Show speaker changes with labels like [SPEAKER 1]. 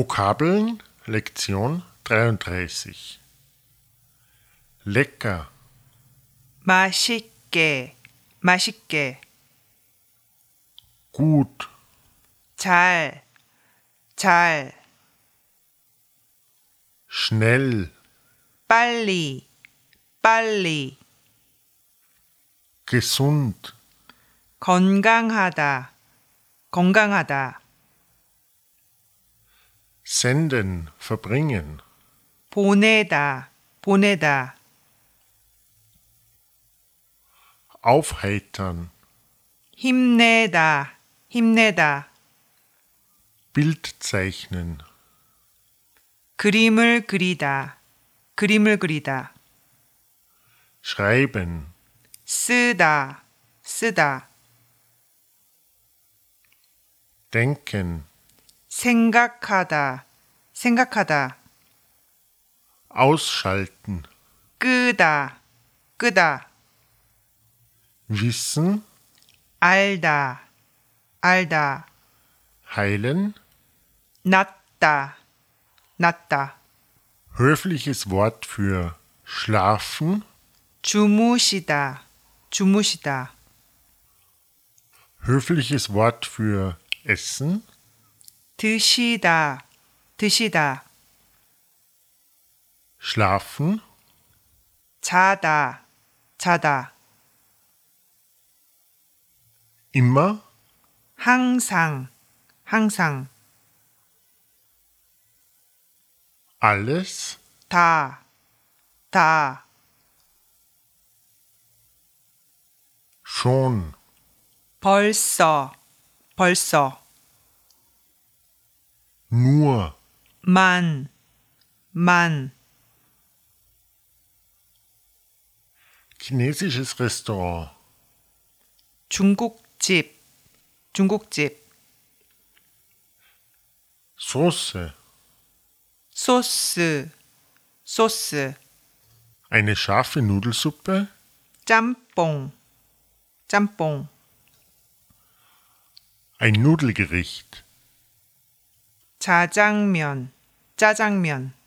[SPEAKER 1] Vokabeln Lektion 33 Lecker,
[SPEAKER 2] 맛있게, 맛있게,
[SPEAKER 1] gut,
[SPEAKER 2] 잘, 잘,
[SPEAKER 1] schnell,
[SPEAKER 2] 빨리, 빨리,
[SPEAKER 1] gesund,
[SPEAKER 2] 건강하다, 건강하다,
[SPEAKER 1] senden, verbringen,
[SPEAKER 2] 보내다, 보내다,
[SPEAKER 1] aufheitern,
[SPEAKER 2] 힘내다, 힘내다,
[SPEAKER 1] Bild zeichnen,
[SPEAKER 2] 그림을 그리다, 그림을 그리다,
[SPEAKER 1] schreiben,
[SPEAKER 2] 쓰다, 쓰다,
[SPEAKER 1] denken,
[SPEAKER 2] 생각하다, 생각하다,
[SPEAKER 1] ausschalten,
[SPEAKER 2] 끄다, 끄다,
[SPEAKER 1] wissen,
[SPEAKER 2] 알다, 알다.
[SPEAKER 1] heilen,
[SPEAKER 2] 낫다, 낫다.
[SPEAKER 1] höfliches Wort für schlafen,
[SPEAKER 2] 주무시다, 주무시다.
[SPEAKER 1] höfliches Wort für essen,
[SPEAKER 2] 드시다, 드시다.
[SPEAKER 1] schlafen,
[SPEAKER 2] 자다, 자다.
[SPEAKER 1] immer,
[SPEAKER 2] 항상, 항상.
[SPEAKER 1] alles,
[SPEAKER 2] 다, 다.
[SPEAKER 1] schon,
[SPEAKER 2] 벌써, 벌써.
[SPEAKER 1] nur,
[SPEAKER 2] 만, 만.
[SPEAKER 1] chinesisches Restaurant,
[SPEAKER 2] 중국집, 중국집.
[SPEAKER 1] Soße,
[SPEAKER 2] 소스, 소스.
[SPEAKER 1] eine scharfe Nudelsuppe,
[SPEAKER 2] 짬뽕, 짬뽕.
[SPEAKER 1] ein Nudelgericht.
[SPEAKER 2] 자장면, 짜장면.